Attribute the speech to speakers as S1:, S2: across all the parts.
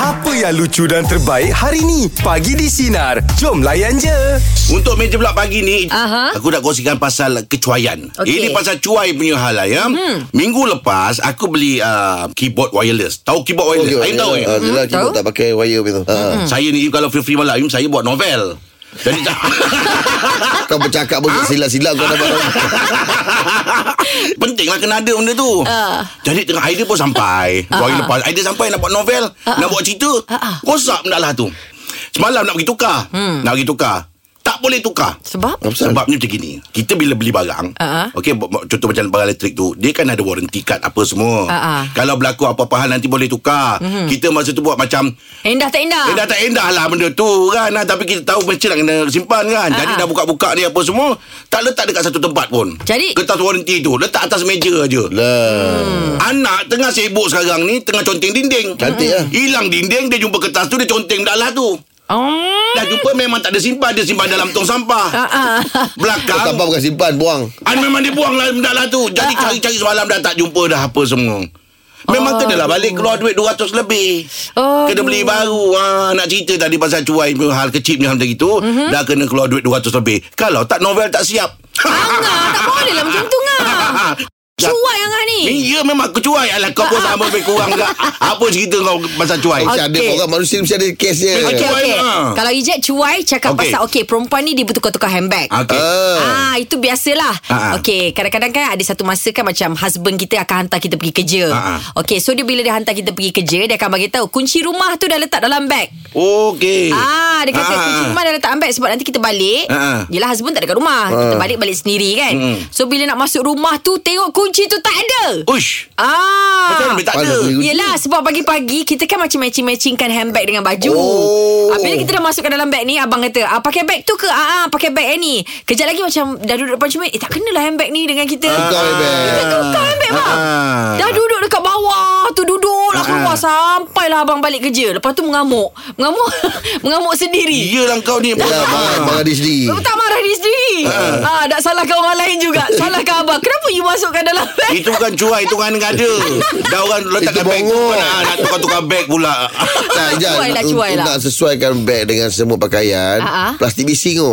S1: Apa yang lucu dan terbaik hari ni? Pagi di Sinar. Jom layan je.
S2: Untuk meja pula pagi ni
S3: Aha.
S2: Aku nak kongsikan pasal kecuaian
S3: Okey.
S2: Ini pasal cuai punya hal lah ya hmm. Minggu lepas Aku beli uh, keyboard wireless Tahu keyboard wireless?
S4: Okey,
S2: Okay, Aim tahu ya?
S4: Ah, Yelah,
S3: Hmm,
S4: kita
S3: tahu.
S4: tak pakai wire begitu. Ah.
S2: Saya ni kalau free-free malam Aim, Saya buat novel Jadi
S4: Ah, Kau bercakap pun silap-silap kau dapat.
S2: Pentinglah kena ada benda tu uh. Jadi tengah idea pun sampai uh-huh. Hari lepas idea sampai nak buat novel uh-huh. Nak buat cerita uh-huh. Rosak benda lah tu Semalam nak pergi tukar hmm. Nak pergi tukar Tak boleh tukar
S3: Sebab?
S4: Apa pasal?
S2: Sebabnya macam gini Kita bila beli barang
S3: Ah.
S2: uh-huh. Okey b- b- Contoh macam barang elektrik tu Dia kan ada warranty card Apa semua
S3: Ah, Mhm. ah.
S2: Kalau berlaku apa-apa hal Nanti boleh tukar mm-hmm. Kita masa tu buat macam
S3: Endah tak endah?
S2: Eh dah tak endah lah benda tu kan ah, Tapi kita tahu macam nak kena simpan kan Jadi
S3: Ah.
S2: dah buka-buka ni apa semua Tak letak dekat satu tempat pun
S3: Jadi? Hmm.
S2: Kertas warranty tu Letak atas meja je
S4: Lah.
S2: Anak tengah sibuk sekarang ni Tengah conteng dinding
S4: Cantik lah.
S2: Hilang dinding Dia jumpa kertas tu Dia conteng dah lah tu
S3: Oh.
S2: Dah jumpa memang tak ada simpan Dia simpan dalam tong sampah
S3: Ah, ah.
S4: Kau
S2: Belakang
S4: tambah bukan simpan, buang.
S2: Ah, memang dia buang lah benda lah tu. Jadi
S3: Ah,
S2: cari-cari semalam dah tak jumpa dah apa semua.
S3: Oh.
S2: Memang kenalah balik keluar duit 200 lebih.
S3: Aduh.
S2: Kena beli baru. Ha, nak cerita tadi pasal cuai punya hal kecil punya hal macam itu.
S3: Mhm.
S2: Mm-hmm. Dah kena keluar duit 200 lebih. Kalau tak novel tak siap.
S3: Angah, tak boleh lah macam tu, Ngah. Cuai Angah ni.
S2: Ya memang aku cuai Alah kau pun sama lebih kurang ke Apa cerita kau pasal cuai
S4: Mesti ada
S3: Ah, Okey.
S4: orang manusia mesti ada kes dia.
S2: Okey,
S3: Okey, okey.
S2: Ah.
S3: Kalau ejek cuai, cakap
S2: Okey.
S3: pasal okey, perempuan ni dia bertukar-tukar handbag.
S2: Okay
S3: Ah, itu biasalah.
S2: Ah, ah.
S3: Okey, kadang-kadang kan ada satu masa kan macam husband kita akan hantar kita pergi kerja.
S2: Ah, ah.
S3: Okey, so dia bila dia hantar kita pergi kerja, dia akan bagi tahu kunci rumah tu dah letak dalam beg.
S2: Okey
S3: Ah, dia kata
S2: Ah,
S3: kunci
S2: ah.
S3: rumah dah letak ambek sebab nanti kita balik.
S2: Ah, ah.
S3: Yelah husband tak ada kat rumah. Kita balik balik sendiri kan. So bila nak masuk rumah tu tengok kunci tu tak ada.
S2: Ush
S3: Ah.
S2: Oh. Macam mana tak
S4: Mana
S2: ada
S4: boleh kunci?
S3: Yelah sebab pagi-pagi Kita kan macam matching-matchingkan handbag dengan baju
S4: Oh.
S3: Ah, Bila kita dah masukkan dalam bag ni Abang kata ah, Pakai bag tu ke? Ah, ah pakai bag yang ni Kejap lagi macam Dah duduk depan cermin Eh tak kenalah handbag ni dengan kita
S4: Tukar handbag.
S3: Kita tukar handbag bang
S2: Ah.
S3: Dah duduk dekat bawah tu Duduk lah keluar
S2: Ah.
S3: Sampailah abang balik kerja Lepas tu mengamuk Mengamuk Mengamuk sendiri
S2: Iyalah kau ni Ah.
S4: Yelah, Ya, marah, marah dia sendiri.
S3: Kau tak marah diri sendiri ah, Tak salahkan orang lain juga Salahkan abang Kenapa you masukkan dalam bag
S2: Itu bukan cuai Itu kan ada Dah orang letakkan
S4: Itu
S2: beg tu
S4: bongok.
S2: pun Nak, nak tukar-tukar beg pula
S4: Tak, Ijaz,
S3: Cuai lah,
S4: nak-
S3: cuai lah.
S4: Nak sesuaikan beg dengan semua pakaian.
S3: Ah, ah.
S4: Plastik bising tu.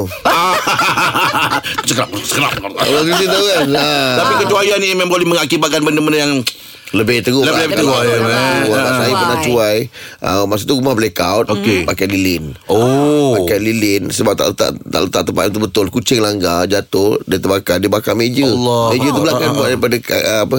S2: Sekerap Sekerap
S4: Orang kita tahu kan. Ah.
S2: Tapi kecuaian ni Memang boleh mengakibatkan Benda-benda yang
S4: Lebih teruk
S2: Lebih-
S4: lah.
S2: lebih teruk,
S4: Lebih
S2: ya, man.
S4: teruk lah. Saya
S3: Cuai.
S4: pernah cuai uh, Masa tu rumah blackout
S2: Okey.
S4: Pakai lilin
S2: Oh
S4: Pakai lilin Sebab tak letak Tak letak tempat yang tu betul Kucing langgar Jatuh Dia terbakar Dia bakar meja
S2: Allah. Ah,
S4: Meja tu belakang Buat daripada uh, Apa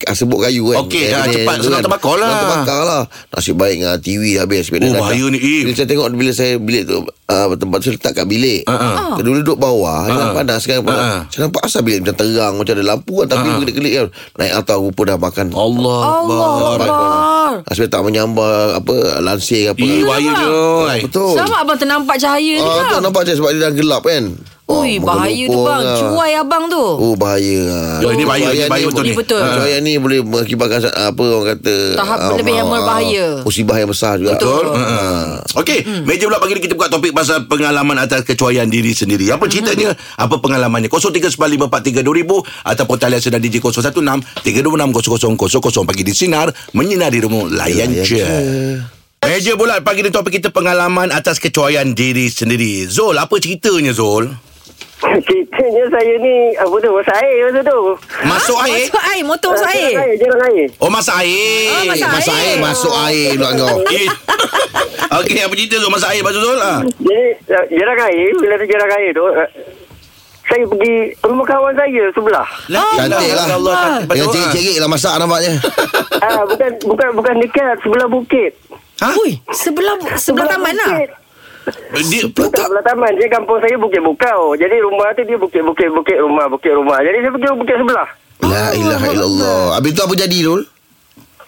S4: uh, Sebut kayu kan
S2: Okey,
S4: Eh,
S2: dah
S4: eh,
S2: cepat.
S4: tu
S2: Senang terbakar lah.
S4: Senang terbakar lah Nasib baik dengan TV habis Sebab dia
S2: Oh,
S4: dah-
S2: bahaya ni, Im.
S4: Bila saya tengok Bila saya bilik tu uh, Tempat tu letak kat bilik
S2: Ah,
S4: Dulu duduk bawah Memang panas kan
S2: Ah, ah.
S4: Saya nampak asal bilik Macam terang Macam ada lampu kan Tapi berkelip-kelip kan Naik atas rupa dah makan
S2: Allah
S3: Allah Akbar
S4: Nasib baik tak menyambar Apa Lansir apa
S2: Ih, bahayanya
S4: Betul
S3: Sama abang ternampak cahaya ni
S4: Ah, tu
S3: bang.
S4: nampak je sebab dia dah gelap kan.
S3: Ui,
S4: Ah,
S3: bahaya tu
S4: mengelupur
S3: bang.
S4: lah.
S3: Cuai abang tu.
S4: Oh bahaya lah.
S2: Yo, ini bahaya, ini
S4: Bahaya
S2: bahaya
S4: ni
S2: betul ni. Ah.
S3: Ini betul.
S4: Cuaca ni boleh mengakibatkan sa- apa orang kata
S3: Tahap
S4: ah,
S3: lebih yang
S4: ah,
S3: berbahaya.
S4: Musibah yang besar juga.
S2: Betul. Ha. Okey, meja pula pagi ni kita buka topik pasal pengalaman atas kecuaian diri sendiri. Apa ceritanya? Apa pengalamannya? 0395432000 ataupun talian sinar DJ 016 3260000 pagi di sinar menyinari rumah layan je. Meja bulat pagi ni topik kita pengalaman atas kecuaian diri sendiri. Zul, apa ceritanya Zul?
S5: Ceritanya saya ni Apa tu Masak air masa tu
S2: Masuk air?
S3: Ah, Masuk air, motor masuk Oh, air.
S5: Jarang air Jarang air
S2: Oh, masuk air.
S3: Oh, masak
S4: Masuk air
S3: Air.
S4: Eh, masuk air pula kau.
S2: Eh. Okey, apa cerita Zul? Masuk air pasal Zul? Ha.
S5: Jadi eh, Jarang air Bila tu jarang air tu eh, Saya pergi Rumah kawan saya sebelah
S4: Cantik lah.
S2: Allah, cantik betul,
S4: Yang
S2: ah.
S4: cerik-cerik lah masak nampaknya.
S5: ah, Bukan Bukan bukan dekat Sebelah bukit
S2: Ha?
S3: Ui, sebelah sebelah taman lah.
S5: bukit.
S2: Dia,
S5: Bukan sebelah taman Dia kampung saya bukit bukau Jadi rumah tu dia bukit-bukit Bukit rumah Bukit rumah Jadi saya pergi bukit sebelah
S4: La ilaha illallah. Habis tu apa jadi Rul?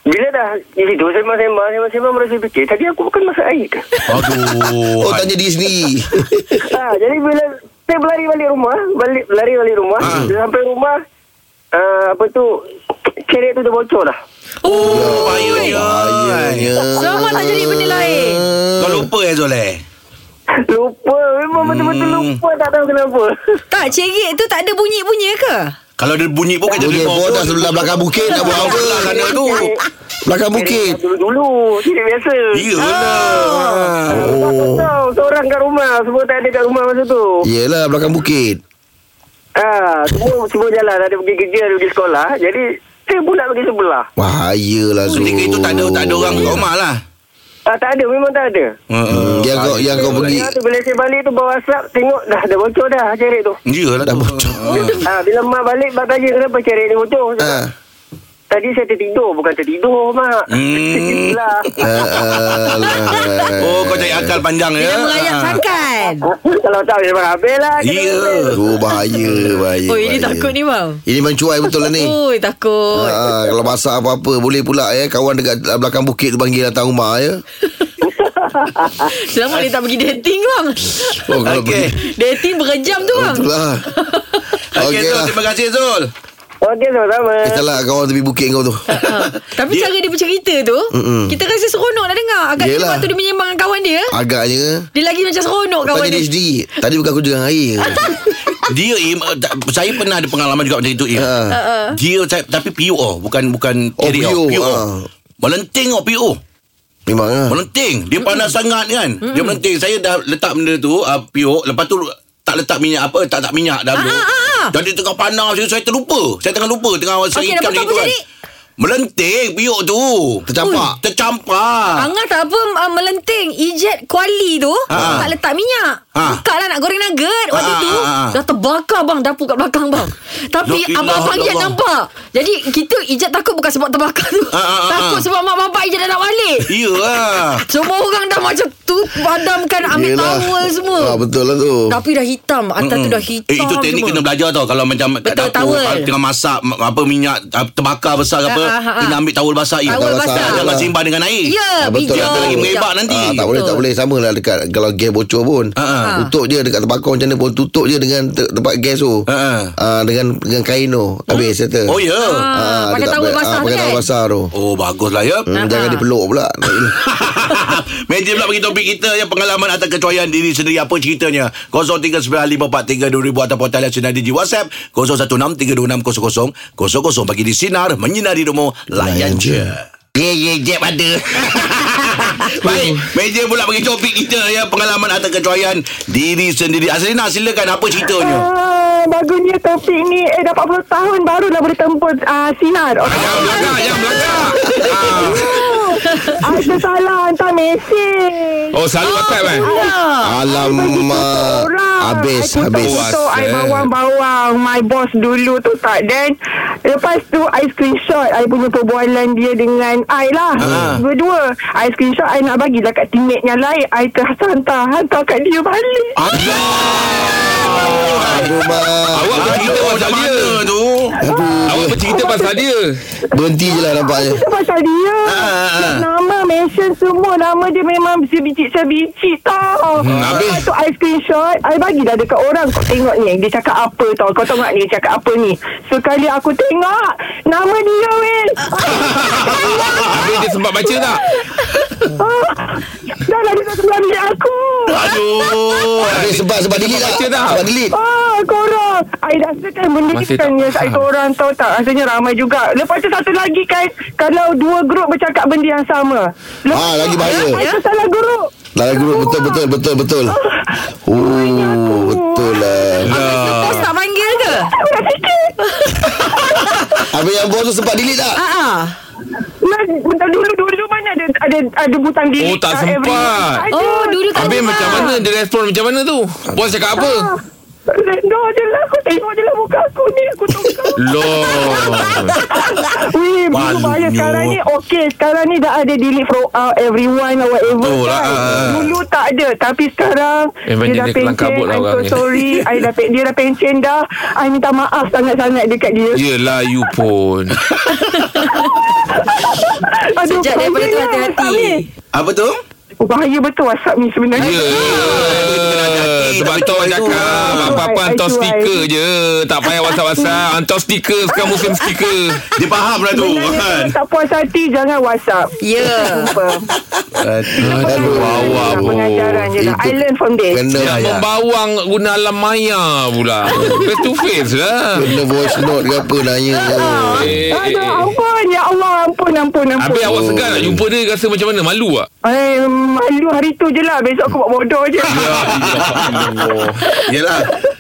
S5: Bila dah Di situ sembang-sembang Sembang-sembang Baru saya fikir Tadi aku bukan masak air ke
S2: Aduh.
S4: Oh tanya diri sendiri.
S5: ha, jadi bila saya berlari balik rumah, balik lari balik rumah,
S2: Ah.
S5: ha. sampai rumah uh, apa tu kerek tu dah bocor dah.
S2: Oh, bahayanya.
S4: Bahayanya.
S3: Selamat tak jadi
S4: Ah.
S3: benda lain.
S2: Kau lupa eh Zul eh?
S4: Hmm.
S5: Lupa, memang betul-betul lupa tak tahu kenapa.
S3: Tak, cerit tu tak ada bunyi-bunyi ke?
S2: Kalau ada bunyi pun kan kita
S4: Bunyi
S2: dengar.
S4: pun dah sebelah belakang bukit Nak buat apa
S2: Sebelah kanan tu.
S4: Belakang bukit
S5: Dulu-dulu Tidak biasa
S2: Ya,
S4: Ya.
S2: Iyalah.
S4: Ah.
S5: Oh. Tahu seorang kat rumah Semua tak ada kat rumah masa tu
S4: Yelah belakang bukit
S5: Ah, Semua semua jalan Ada pergi kerja Ada pergi sekolah Jadi Saya pula pergi sebelah
S4: Bahayalah lah, Zul
S2: Ketika itu tak ada tak ada orang kat rumah lah. Ah,
S5: ah, Tak ada Memang tak ada
S4: Hmm, yang kau yang kau pergi
S5: Ya, tu bila saya balik tu bawa asap Tengok dah Dah bocor dah Cerit tu
S2: Iyalah
S4: Dah
S2: tu.
S4: bocor.
S2: Ah.
S6: Ha,
S5: Ah, Bila mak balik Mak tanya kenapa cerit ni bocor Saya
S4: Ah.
S5: Tadi saya tertidur Bukan tertidur mak
S2: Hmm.
S5: Lah.
S4: Ah, alah.
S2: Oh kau cari akal panjang ya.
S3: Dia mengajak
S2: Ah.
S3: sangkan
S5: Kalau tak memang habis lah
S2: Ya.
S4: Oh bahaya bahaya
S3: Oh ini
S4: Eh, bahaya.
S3: takut ni bang
S4: Ini mencuai betul lah ni
S3: Oi takut
S4: Ah, kalau masak apa-apa Boleh pula ya Kawan dekat belakang bukit tu Panggil datang rumah ya
S3: Selama dia tak pergi dating bang
S4: Oh kalau
S2: Okey.
S4: pergi
S3: Dating berjam tu bang
S4: Itulah
S2: Okey
S4: Okey
S2: Zul,
S4: lah
S2: terima kasih Zul.
S5: Okey sama-sama
S4: Kita lah kawan tepi bukit kau tu
S3: Ha. Tapi
S2: Dia-
S3: cara dia bercerita tu
S4: Mm-mm.
S3: Kita rasa seronok nak dengar Agak
S4: Yelah.
S3: Yelah. tu dia menyembang dengan kawan dia
S4: Agaknya
S3: Dia lagi macam seronok
S4: Kau
S3: kawan
S4: jadi
S3: dia
S4: HD Tadi bukan aku dengan air
S2: Dia Im, eh, tak- saya pernah ada pengalaman juga macam itu Im. Dia saya, tapi PO oh, bukan bukan
S4: Ah. Oh,
S2: carry
S4: PO,
S2: oh, PO.
S4: ah.
S2: Melenting oh PO.
S4: Memang lah
S3: Eh.
S2: Melenting. Dia panas sangat kan. Dia melenting. Saya dah letak benda tu uh, PO, lepas tu tak letak minyak apa, tak tak minyak dalam tu.
S3: Ah, ah, ah.
S2: Jadi tengah panas saya, saya terlupa. Saya tengah lupa tengah saya
S3: Okey,
S2: ikan
S3: lepas tu
S2: macam
S3: apa
S2: itu
S3: jadi?
S2: Melenting PO tu.
S4: Tercampak.
S2: Ui. Tercampak.
S3: Angah tak apa uh, melenting Ejet kuali tu
S2: Ha.
S3: Tak letak minyak
S2: Ha.
S3: Buka lah nak goreng nugget Waktu
S2: Ha,
S3: tu
S2: ha, ha.
S3: Dah terbakar bang Dapur kat belakang bang Tapi
S2: La ilaha
S3: abang-abang Ejet
S2: illallah.
S3: nampak Jadi kita Ejet takut bukan sebab terbakar tu
S2: Ha, ha, ha, ha.
S3: Takut sebab mak bapak Ejet dah nak balik
S2: Iyalah.
S3: Semua orang dah macam tu Padamkan ambil
S4: Yelah.
S3: towel semua
S4: ah, Betul lah tu
S3: Tapi dah hitam Atas tu dah hitam
S2: Eh, itu teknik
S3: semua.
S2: kena belajar tau Kalau macam kat
S3: Betul,
S2: dapur
S3: towel.
S2: kalau Tengah masak ma- Apa minyak ah, Terbakar besar ke apa
S3: Ah, ah, ah.
S2: Kena ambil tawul basah Im.
S3: Tawul basah.
S2: Jangan simbah dengan air
S3: Ya,
S4: Ah,
S3: bijak.
S4: betul lah tu.
S2: Lagi merebak nanti.
S4: Ah, tak boleh tak boleh sama lah dekat kalau gas bocor pun.
S2: Ha, ha.
S4: Tutup je dekat terbakar macam mana pun tutup je dengan te- tempat gas tu.
S2: Ha, ha.
S4: Ah, dengan dengan kain tu. Habis settle.
S2: Oh ya
S3: Ah,
S4: dia
S3: pakai
S4: tak
S3: towel
S4: payah-
S3: basah
S4: ah,
S3: tu
S4: Pakai towel
S3: kan?
S4: basah tu.
S2: Oh baguslah ya
S4: Hmm,
S3: Ha,
S4: jangan
S3: ha.
S4: dipeluk pula.
S2: Meja pula bagi topik kita yang pengalaman atas kecuaian diri sendiri apa ceritanya 0395432000 atau portal yang sinar di WhatsApp 0163260000 bagi di sinar menyinari rumah layan je Ya, ya, Jeb ada Baik, meja pula bagi topik kita ya Pengalaman atas kecuaian diri sendiri Azrina silakan apa ceritanya
S6: Ah, bagusnya topik ni eh dah 40 tahun barulah boleh tempur ah, sinar.
S2: Jangan belakang, jangan belakang
S6: Ada salah hantar mesej.
S7: Oh selalu WhatsApp kan
S4: Alamak. Habis habis.
S6: Tutup, tutup
S7: eh.
S6: I bawang-bawang My boss dulu tu tak Then Lepas tu I screenshot I punya perbualan dia dengan I lah
S7: Ah.
S6: Berdua I screenshot I nak bagilah kat teammate yang lain I terasa hantar Hantar kat dia balik
S4: Aduh, Mak.
S7: Awak bercerita pasal
S2: Macam
S7: dia
S2: mana tu
S7: Awak bercerita pasal dia
S4: Berhenti je lah nampaknya.
S6: Itu pasal dia
S2: ah, ah.
S6: Nama mention semua Nama dia memang sebiji-sebiji tau hmm,
S7: habis?
S6: Lepas tu I screenshot I bagilah dekat orang Kau tengok ni Dia cakap apa tau Kau tahu tak ni Dia cakap apa ni Sekali aku tengok Nama dia Will
S7: Habis dia sempat baca tak
S6: Ah, Dah lah dia kat sebelah bilik aku
S2: Aduh
S4: Habis sebab sebab delete tak?
S7: baca tak?
S4: Sebab delete.
S6: Ah, korang I rasakan benda ni
S7: Masih
S6: bukan
S7: tak
S6: yes, I
S7: faham.
S6: korang tahu tak Rasanya ramai juga Lepas tu satu lagi kan Kalau dua grup bercakap benda yang sama Lepas
S4: Ah, lagi
S6: tu,
S4: bahaya.
S6: I salah grup
S4: Dalam grup Lah, betul betul betul betul. Oh, betul lah.
S3: Habis bos tak panggil ke?
S6: Aku dah fikir
S4: Habis yang bos tu sempat delete tak?
S3: Ha ah.
S6: Nah, Bentar dulu dulu mana ada ada ada butang delete
S7: Oh, tak
S6: kat every-
S7: sempat.
S6: Ada.
S3: Oh dulu tak
S7: Habis
S3: ada.
S7: macam mana Dia respon macam mana tu Bos cakap apa
S6: Rendah je lah Aku tengok je lah muka aku ni Aku tengok
S7: Loh
S6: Weh
S2: Malunya.
S6: Baru bahaya sekarang ni Okay sekarang ni dah ada delete from uh, everyone or whatever kan?
S2: Betul lah, ah.
S6: Dulu tak ada Tapi sekarang Dia
S7: Eh, benda
S6: dah
S7: dia kelang kabut
S6: pencen I'm
S7: lah
S6: so
S7: orang ni.
S6: sorry I dah, pe- Dia dah pencen dah I minta maaf sangat-sangat dekat dia
S7: Yelah you pun
S6: Aduh
S3: Sejak daripada tu
S6: pencen lah,
S3: hati-hati
S6: Sami.
S2: Apa tu?
S8: Oh, bahaya betul WhatsApp ni sebenarnya.
S7: Ya Eh,
S2: Eh,
S7: Sebab tu orang cakap Apa-apa hantar stiker je Tak payah WhatsApp-WhatsApp Hantar stiker Sekarang musim stiker
S2: Dia faham lah tu kan.
S8: Sebenarnya tak puas hati jangan WhatsApp.
S3: Ya.
S8: Jumpa.
S4: Aduh,
S7: awak
S8: Dalam
S7: kan. pun.
S8: Pengajaran je lah.
S4: Itu-
S8: I learn from this.
S4: Kena
S7: Yang
S4: ya.
S7: membawang Guna alam maya pula Face to face lah
S4: Kena voice note ke apa Nanya
S3: Ah.
S7: Eh, eh,
S8: Aduh,
S7: eh.
S8: ampun. Ya Allah, ampun, ampun, ampun.
S7: Habis awak segan nak jumpa dia Rasa macam mana Malu tak
S8: Eh, malu hari tu je lah. Besok aku buat bodoh je.
S7: Ya, Ah,
S2: Yelah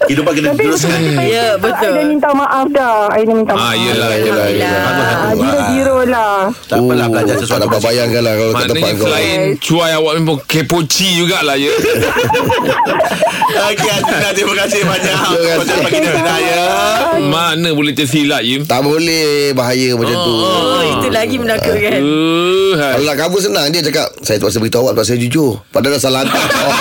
S2: Kehidupan kena
S8: Tapi
S2: teruskan
S3: Ya,
S8: I
S3: betul.
S8: dah minta maaf dah. I dah minta maaf.
S7: Ah, yelah, yelah,
S3: yelah.
S8: Ah, Giro-giro lah.
S2: Tak apalah belajar sesuatu
S4: Oh, Tak dapat bayangkan lah Kalau kat tempat
S7: Maknanya
S4: kau
S7: selain Cuai awak memang kepoci jugalah ya
S2: Okey Azina Terima kasih banyak
S4: Terima kasih.
S2: Konsep pagi dengan Hidayah
S7: ya. Mana boleh tersilap Im
S4: Tak boleh Bahaya macam tu
S3: Oh, itu lagi kan? menakutkan.
S4: Kalau
S7: Tuhan
S4: nak cover senang Dia cakap Saya terpaksa beritahu awak Sebab saya jujur Padahal dah salah hantar oh.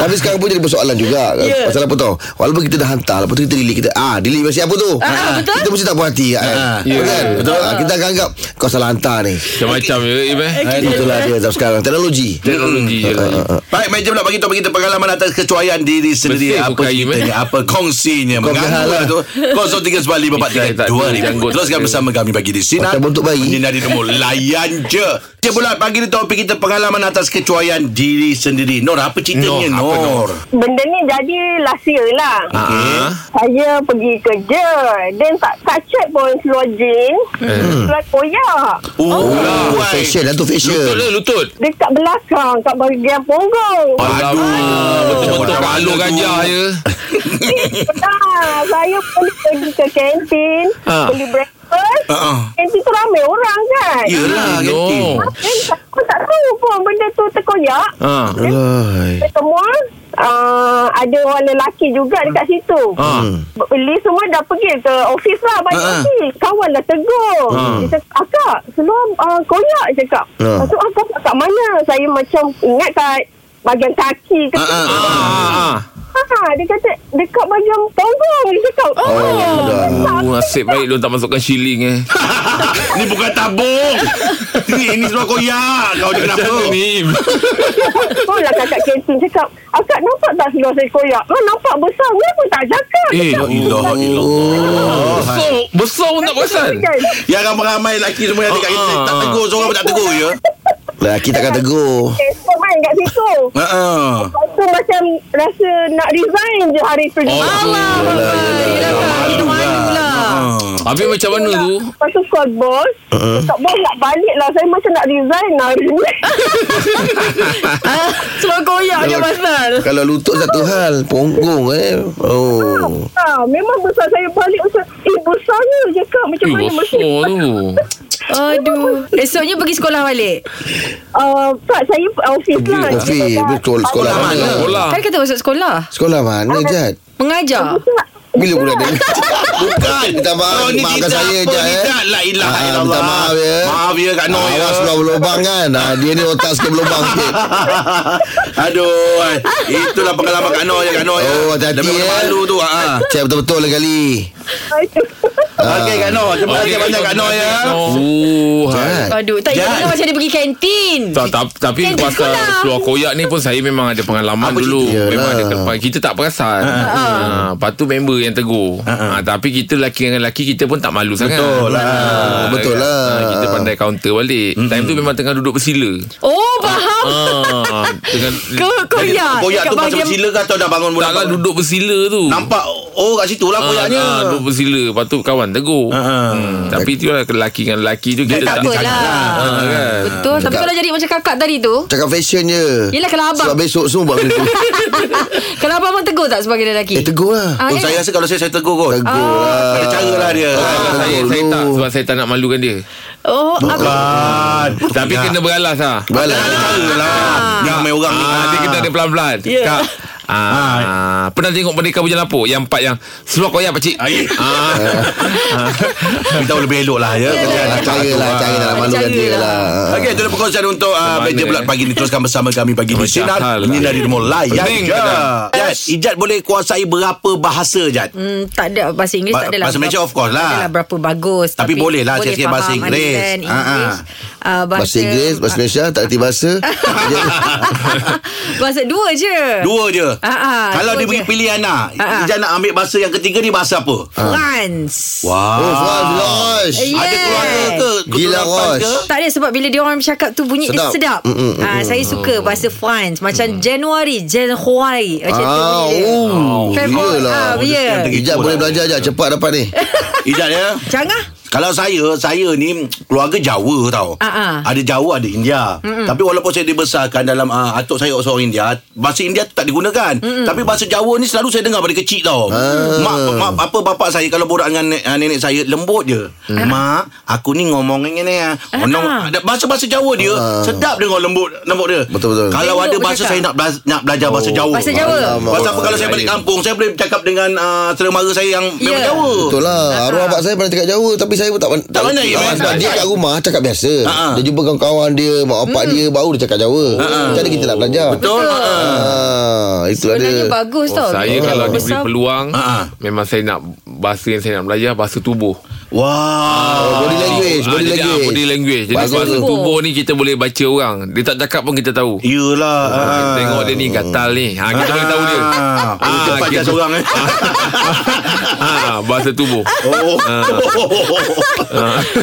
S4: Tapi sekarang pun jadi persoalan juga
S3: Ya.
S4: Pasal apa tau Walaupun kita dah hantar Lepas tu kita delete kita, ah, Delete masih apa tu
S3: Ah, betul.
S4: Kita mesti tak puas hati kan?
S7: Ya.
S4: Kan? Betul ah, Kita akan anggap Kau salah hantar ni
S7: Macam-macam ya Im eh
S4: Ah, Itulah dia zaman sekarang Teknologi
S7: Teknologi je lah Im.
S2: Baik, meja pula bagi topik kita pengalaman atas kecuaian diri sendiri.
S7: Bersih
S2: apa
S7: bukan, Im,
S2: ceritanya? Apa kongsinya?
S4: Kau
S2: Mengganggu lah
S4: berhala.
S2: tu. 0395432000.
S7: Kita tak tahu janggut.
S2: Teruskan bersama kami bagi di Sinar.
S4: Macam bentuk bayi.
S2: Menyinari demo layan je. Meja pula bagi di topik kita pengalaman atas kecuaian diri sendiri. Nor, apa ceritanya
S7: Nor, apa,
S2: Nor?
S7: Nor?
S6: Benda ni jadi last year lah.
S7: Ah.
S2: Okey.
S6: Saya pergi kerja. Then tak tak check pun seluar jean.
S7: Eh.
S6: Seluar koyak.
S2: Oh,
S4: Oh,
S2: why?
S4: Fashion lah tu
S7: Lutut
S4: fashion
S7: lah lutut
S6: Dekat belakang. Kat bahagian punggung.
S7: Aduh Betul-betul
S2: Macam
S7: palu
S2: mana tu?
S7: gajah ya. je
S6: Nah, saya pun pergi ke kantin.
S7: Ha.
S6: Beli breakfast.
S2: Ha, ha.
S6: Kantin tu ramai orang kan.
S7: Ya.
S2: Yelah,
S7: No.
S2: ganti.
S6: Then aku tak tahu pun benda tu terkoyak.
S7: Ha.
S4: Alai.
S6: Kita semua uh, ada orang lelaki juga dekat situ.
S7: Ha.
S6: Beli semua dah pergi ke office lah balik
S7: Ah,
S2: Ha, ha.
S6: uh Kawan dah tegur. Dia cakap, akak, seluar uh, koyak cakap.
S4: Ha.
S7: Ah.
S6: Lepas tu, akak buat kat mana? Saya macam ingat kat bahagian kaki ke.
S2: Ha, ha, ha.
S7: Ah,
S6: Ha, dia kata, dekat bahagian punggung. Dia cakap, oh,
S7: ah. Oh, nasib baik lu tak masukkan shilling eh.
S2: Ni bukan tabung. Ni, ni semua koyak. Kau ni kenapa?
S7: Macam ni.
S6: Itulah lah kakak kantin cakap Akak nampak tak seluar saya koyak Ah nampak besar Kenapa tak cakap
S7: Eh,
S2: La ilaha illallah.
S7: besar, besar pun tak perasan.
S6: Kan?
S2: Yang ramai-ramai lelaki semua yang dekat
S7: Ah,
S2: kita
S7: ah.
S2: tak tegur seorang pun tak tegur ya.
S4: Lelaki takkan tegur
S6: Facebook main kat situ
S2: Ha ah.
S6: Lepas tu macam Rasa nak resign je hari tu oh.
S3: Allah, yelah, yelah, Kita malu lah.
S7: Habis macam mana tu?
S6: Lepas tu call bos
S7: Uh-uh.
S6: uh-huh. Tak bos nak balik lah Saya macam nak resign lah hari ni
S3: Ah, Seluar koyak je pasal.
S4: Kalau lutut satu hal Punggung eh Oh
S6: ha, Memang besar saya balik besar. Eh besarnya je kak Macam
S7: Eh,
S6: mana mesti
S7: besar tu.
S3: Aduh. Esoknya pergi sekolah balik.
S6: uh, Tak saya office lah
S4: Office Betul sekolah
S7: lah.
S4: mana
S7: Sekolah.
S3: Kan kata masuk sekolah.
S4: Sekolah mana Jad
S3: Mengajar.
S4: Bila pula dia Bukan Minta maaf
S2: Oh, ni tidak
S4: Maafkan saya
S2: apa, ni
S4: Jad
S2: lah,
S4: eh
S2: tidak. La ilaha
S4: Ah,
S2: illallah.
S4: minta maaf ya.
S2: Maaf ya Kak Noh ya.
S4: Awak sudah berlubang kan ah, Dia ni otak sikit berlubang sikit
S2: Aduh. ay. Itulah pengalaman Kak Noh ya Kak Noh ya.
S4: Oh, hati-hati,
S2: Demi
S4: ya.
S2: malu tu. Ha ah.
S4: Cek betul-betul lain kali
S2: Okey Kak Noh. Terima kasih banyak Kak Noh ya.
S7: Oh,
S4: Jad
S3: Aduh, tak
S2: Jad.
S3: ingat dengar macam dia pergi kantin.
S7: tak, tak, tapi
S3: Kan
S7: pasal
S3: sekolah.
S7: keluar koyak ni pun saya memang ada pengalaman
S2: Apa lah.
S7: dulu.
S4: cerita?
S7: Memang
S4: Yalah.
S7: ada depan kita tak perasan.
S3: Ah,
S7: Ha. Lepas tu member yang tegur. Ha. tapi kita lelaki dengan lelaki kita pun tak malu sangat.
S2: Ah, Betul lah.
S7: Ha,
S4: Betul
S7: kan?
S4: lah.
S7: Ha, kita pandai counter balik. Time tu memang tengah duduk bersila.
S3: Oh, faham.
S7: Ah, dengan
S3: Kau koyak.
S2: Koyak
S3: Dekat
S2: tu pasal
S3: Ya, bahagian-
S2: bersila ke atau dah bangun
S7: tak lah
S2: bangun?
S7: duduk bersila tu.
S2: Nampak oh kat situ lah koyaknya.
S7: Ah, duduk bersila. Lepas tu kawan tegur.
S2: Ha, ha.
S7: Hmm, tapi tu lah lelaki dengan lelaki tu
S3: Tak
S7: kita
S3: lah.
S7: tak,
S3: apalah.
S7: Ah, kan?
S3: Betul. Tapi
S4: Dekat-
S3: kalau jadi macam kakak tadi tu,
S4: Cakap fashion je
S3: Yelah, kalau abang-
S4: Sebab besok semua buat benda tu
S3: kalau abang abang tegur tak sebagai lelaki?
S4: Eh tegur lah
S3: Ah,
S2: Oh,
S3: eh.
S2: saya rasa kalau saya saya tegur kot.
S4: Tegur lah
S2: Ada cara lah dia.
S7: Kalau Ah, saya, saya tak sebab saya tak nak malukan dia.
S3: Oh, abang.
S2: Bukan.
S7: Tapi kena beralas lah.
S4: Balas
S2: Ada cara lah. Ni ramai orang ni.
S7: Ah, dia kena ada pelan-pelan.
S3: Ya.
S7: Kak, ah, ah, pernah tengok pendekar bujang lapuk yang part yang seluar koyak pakcik. Ah,
S2: Kita tahu lebih elok lah ya. Kerjaan macam
S4: Cara
S2: tu
S4: lah Cara nak malukan
S3: Cara
S4: dia
S3: lah.
S4: lah
S2: Okey, itu dah perkongsian untuk uh,
S7: Mana,
S2: Meja Bulat
S7: eh?
S2: pagi ni. Teruskan bersama kami pagi di
S7: Macam hal
S2: Sinar.
S7: lah.
S2: Ini dari Mulai.
S7: Pening
S2: Jad,
S7: kadang.
S2: Jad, Ijat boleh kuasai berapa bahasa, Jad?
S3: Hmm, tak ada bahasa Inggeris
S2: Ba-
S3: tak adalah.
S2: bahasa Malaysia
S3: berapa-
S2: of course lah.
S3: tak Adalah berapa bagus.
S2: Tapi boleh lah sikit-sikit bahasa
S3: faham
S2: Inggeris.
S3: understand
S2: Ha, ha.
S3: English. uh, bahasa,
S4: Bahasa Inggeris Bahasa Malaysia Tak erti bahasa Dia-
S3: bahasa dua je.
S2: Dua je.
S3: Ah, ah,
S2: Kalau
S3: dua
S2: dia
S3: je.
S2: beri pilihan nak,
S3: Ah, ah.
S2: dia nak ambil bahasa yang ketiga ni bahasa apa?
S3: France.
S2: Wah.
S4: Oh Faz Rosh
S3: Eh,
S2: Ada
S3: Yes.
S2: keluarga ke?
S4: Gila,
S2: Keturunan
S4: Ros.
S2: ke?
S3: Tak ada sebab bila dia orang bercakap tu bunyi sedap. dia
S4: Sedap.
S3: sedap. Mm, mm, ah, saya suka bahasa France
S2: Mm.
S3: macam Januari, Januari macam tu.
S4: Ah,
S3: bunyi dia.
S4: oh,
S3: Februari.
S4: iyalah.
S3: Ah,
S2: Dia
S3: ya.
S2: yang tengah-
S4: Ijat boleh belajar je Cepat dapat ni
S2: Ijat ya.
S3: Jangan.
S2: Kalau saya, saya ni keluarga Jawa tau.
S3: Ah, ah.
S2: Ada Jawa, ada India. Mm-mm. Tapi walaupun saya dibesarkan dalam uh, atuk saya seorang India, bahasa India tu tak digunakan. Mm-mm. Tapi bahasa Jawa ni selalu saya dengar pada kecil tau.
S4: Ah.
S2: Mak, mak apa bapak saya kalau borak dengan ne- ah, nenek saya lembut je. Mm. Mak, aku ni ngomong ni ni. ah. Onong ada bahasa-bahasa Jawa dia
S4: Ah.
S2: sedap dengar lembut lembut dia.
S4: Betul, betul.
S2: Kalau
S3: Lembut
S2: ada bahasa
S3: bercakap.
S2: saya nak belajar, nak belajar bahasa Jawa.
S3: Bahasa Jawa.
S4: Oh, Alamak.
S2: Pasal apa kalau saya balik kampung, saya boleh bercakap dengan uh, saudara saya yang memang
S3: Ya.
S2: Jawa.
S4: Betul lah Arwah abang saya pernah cakap Jawa Tapi saya pun tak pan-
S2: Tak pandai,
S4: tak
S2: man.
S4: Sebab dia kat rumah Cakap biasa
S2: Ha, ha.
S4: Dia jumpa kawan-kawan dia Mak opak dia Baru dia cakap Jawa Macam mana kita nak belajar
S2: Betul. Betul.
S4: Ah, Itulah
S3: Sebenarnya
S4: dia
S3: bagus tau.
S7: Oh, saya kalau diberi
S3: Besar-
S7: peluang
S2: Ah, ah.
S7: Memang saya nak Bahasa yang saya nak belajar Bahasa tubuh
S2: Wah.
S4: Body language
S7: Ah,
S4: Eh, Body
S7: jadi, ah,
S4: language
S7: Body language Jadi
S4: Bahasa
S7: bahasa, bahasa
S3: tubuh.
S7: tubuh. ni Kita boleh baca orang Dia tak cakap pun kita tahu
S2: Ya. Yelah
S7: Ah, kita Tengok dia ni gatal ni ha, Kita boleh tahu dia
S2: Ah,
S7: Ah,
S2: Cepat
S7: kita- Ah.
S2: jas orang eh
S7: ha, Bahasa tubuh
S2: Oh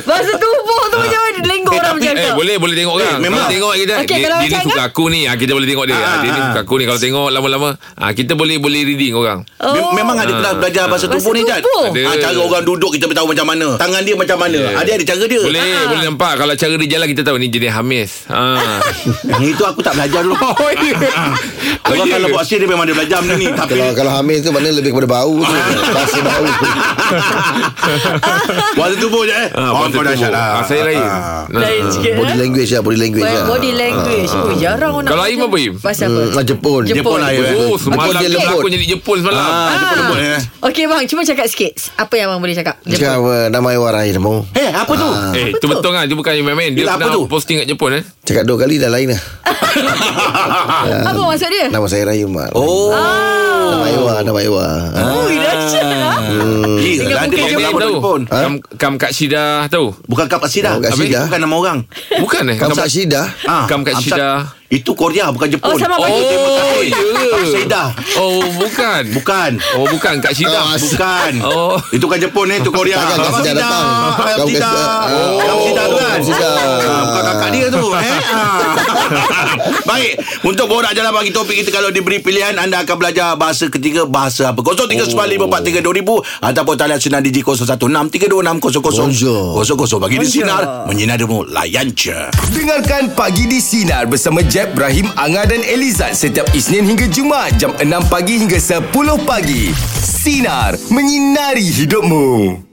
S3: Bahasa tubuh tu macam mana Lenggok orang Ah, macam
S7: Eh
S3: tu.
S7: boleh boleh tengok orang
S2: memang.
S7: Kalau tengok kita
S3: Okey,
S7: Dia,
S3: kalau
S7: dia ni
S3: macam
S7: suka aku ni ha, Kita boleh tengok dia
S2: Ah,
S7: ha, Dia ni
S2: ah.
S7: suka aku ni Kalau tengok lama-lama ha, Kita boleh boleh reading orang
S3: Oh.
S2: Mem- Memang ada kelas belajar bahasa
S3: Bahasa
S2: tubuh ni Jad
S3: tubuh.
S7: Ada.
S2: Ah, Cara orang duduk kita tahu macam mana Tangan dia macam mana
S7: Yeah.
S2: Ada ada cara dia Ah.
S7: Boleh boleh nampak Kalau cara dia jalan Kita tahu ni jenis Hamis ha.
S2: Yang itu aku tak belajar dulu
S7: Oh ya
S2: Kalau
S7: ya
S2: kalau buat sihir dia memang dia belajar benda ni Tapi
S4: kalau kalau hamil tu mana lebih kepada bau tu. Rasa bau.
S2: Bahasa tubuh je eh
S7: Ah,
S2: Oh,
S7: bahasa
S2: kau dahsyat
S7: tubuh.
S2: lah
S7: Ah, saya lain. Nah.
S3: Lain sikit. eh?
S4: Body language lah, body language lah. ah.
S3: Body language. Oh, jarang orang nak.
S7: Kalau Im
S3: belajar
S7: apa, Im?
S3: Bahasa apa?
S4: Hmm, ah, Jepun.
S3: Jepun.
S2: lah, ya.
S7: Oh, semalam
S4: dia
S7: dia
S4: lembut.
S7: berlakon jadi Jepun semalam.
S2: Ah, dia pun lembut eh
S3: Okey bang, cuma cakap sikit. Apa yang abang boleh cakap?
S4: Cakap apa, nama warai nama.
S2: Eh apa tu
S7: Eh,
S3: Apa
S7: itu
S3: tu?
S7: betul kan? Itu bukan yang main-main. Dia
S2: Yelah, apa
S7: pernah
S2: tu?
S7: posting kat Jepun eh.
S4: Cakap dua kali dah lain lah.
S3: Apa
S4: ah,
S3: maksud dia?
S4: Nama saya Rayu Mak.
S2: Ah, Oh Ah.
S4: Nama Ewa, nama Ewa.
S3: Oh, dahsyat lah.
S2: Yelah
S3: Dengan
S2: ada
S3: muka
S7: Yang
S2: orang
S7: dia
S2: lama
S7: tahu.
S2: telefon
S4: Ha?
S7: Kam, kam Kak Shida tahu?
S2: Bukan Kap Asidah
S4: Oh, Kap
S2: Habis
S4: Asidah.
S2: Bukan nama orang
S7: Bukan eh?
S4: Kamu
S7: Kam-
S4: tak sidah.
S2: Ah,
S7: Kam Kat
S2: Amsat-
S7: Shida.
S2: Itu Korea bukan Jepun.
S3: Oh, sama
S7: Oh,
S2: tema
S7: oh
S2: tahun. Kak
S7: ya.
S2: Shida.
S7: Oh, bukan.
S2: Bukan.
S7: Oh, bukan Kak Shida.
S2: Ah,
S4: Oh, as-
S2: Bukan.
S7: Oh.
S2: Itu kan Jepun eh, itu Korea.
S4: Takkan Kak Shida datang.
S2: Kam
S4: Kam
S2: Sida.
S4: Kak- Oh.
S2: Kam Sida tu kan.
S4: Kam Shida.
S2: Ah, Bukan kakak dia tu eh. Ah. Baik, untuk borak jalan bagi topik kita kalau diberi pilihan anda akan belajar bahasa ketiga bahasa apa. 0395432000 ataupun talian sinar di 0163260000.
S4: Bonjour.
S2: 00 bagi di
S3: Bonjour.
S2: sinar menyinari demo layan je.
S1: Dengarkan Pagi di Sinar bersama Jeb, Ibrahim, Anga dan Elizad setiap Isnin hingga Jumaat jam 6 pagi hingga 10 pagi. Sinar, menyinari hidupmu.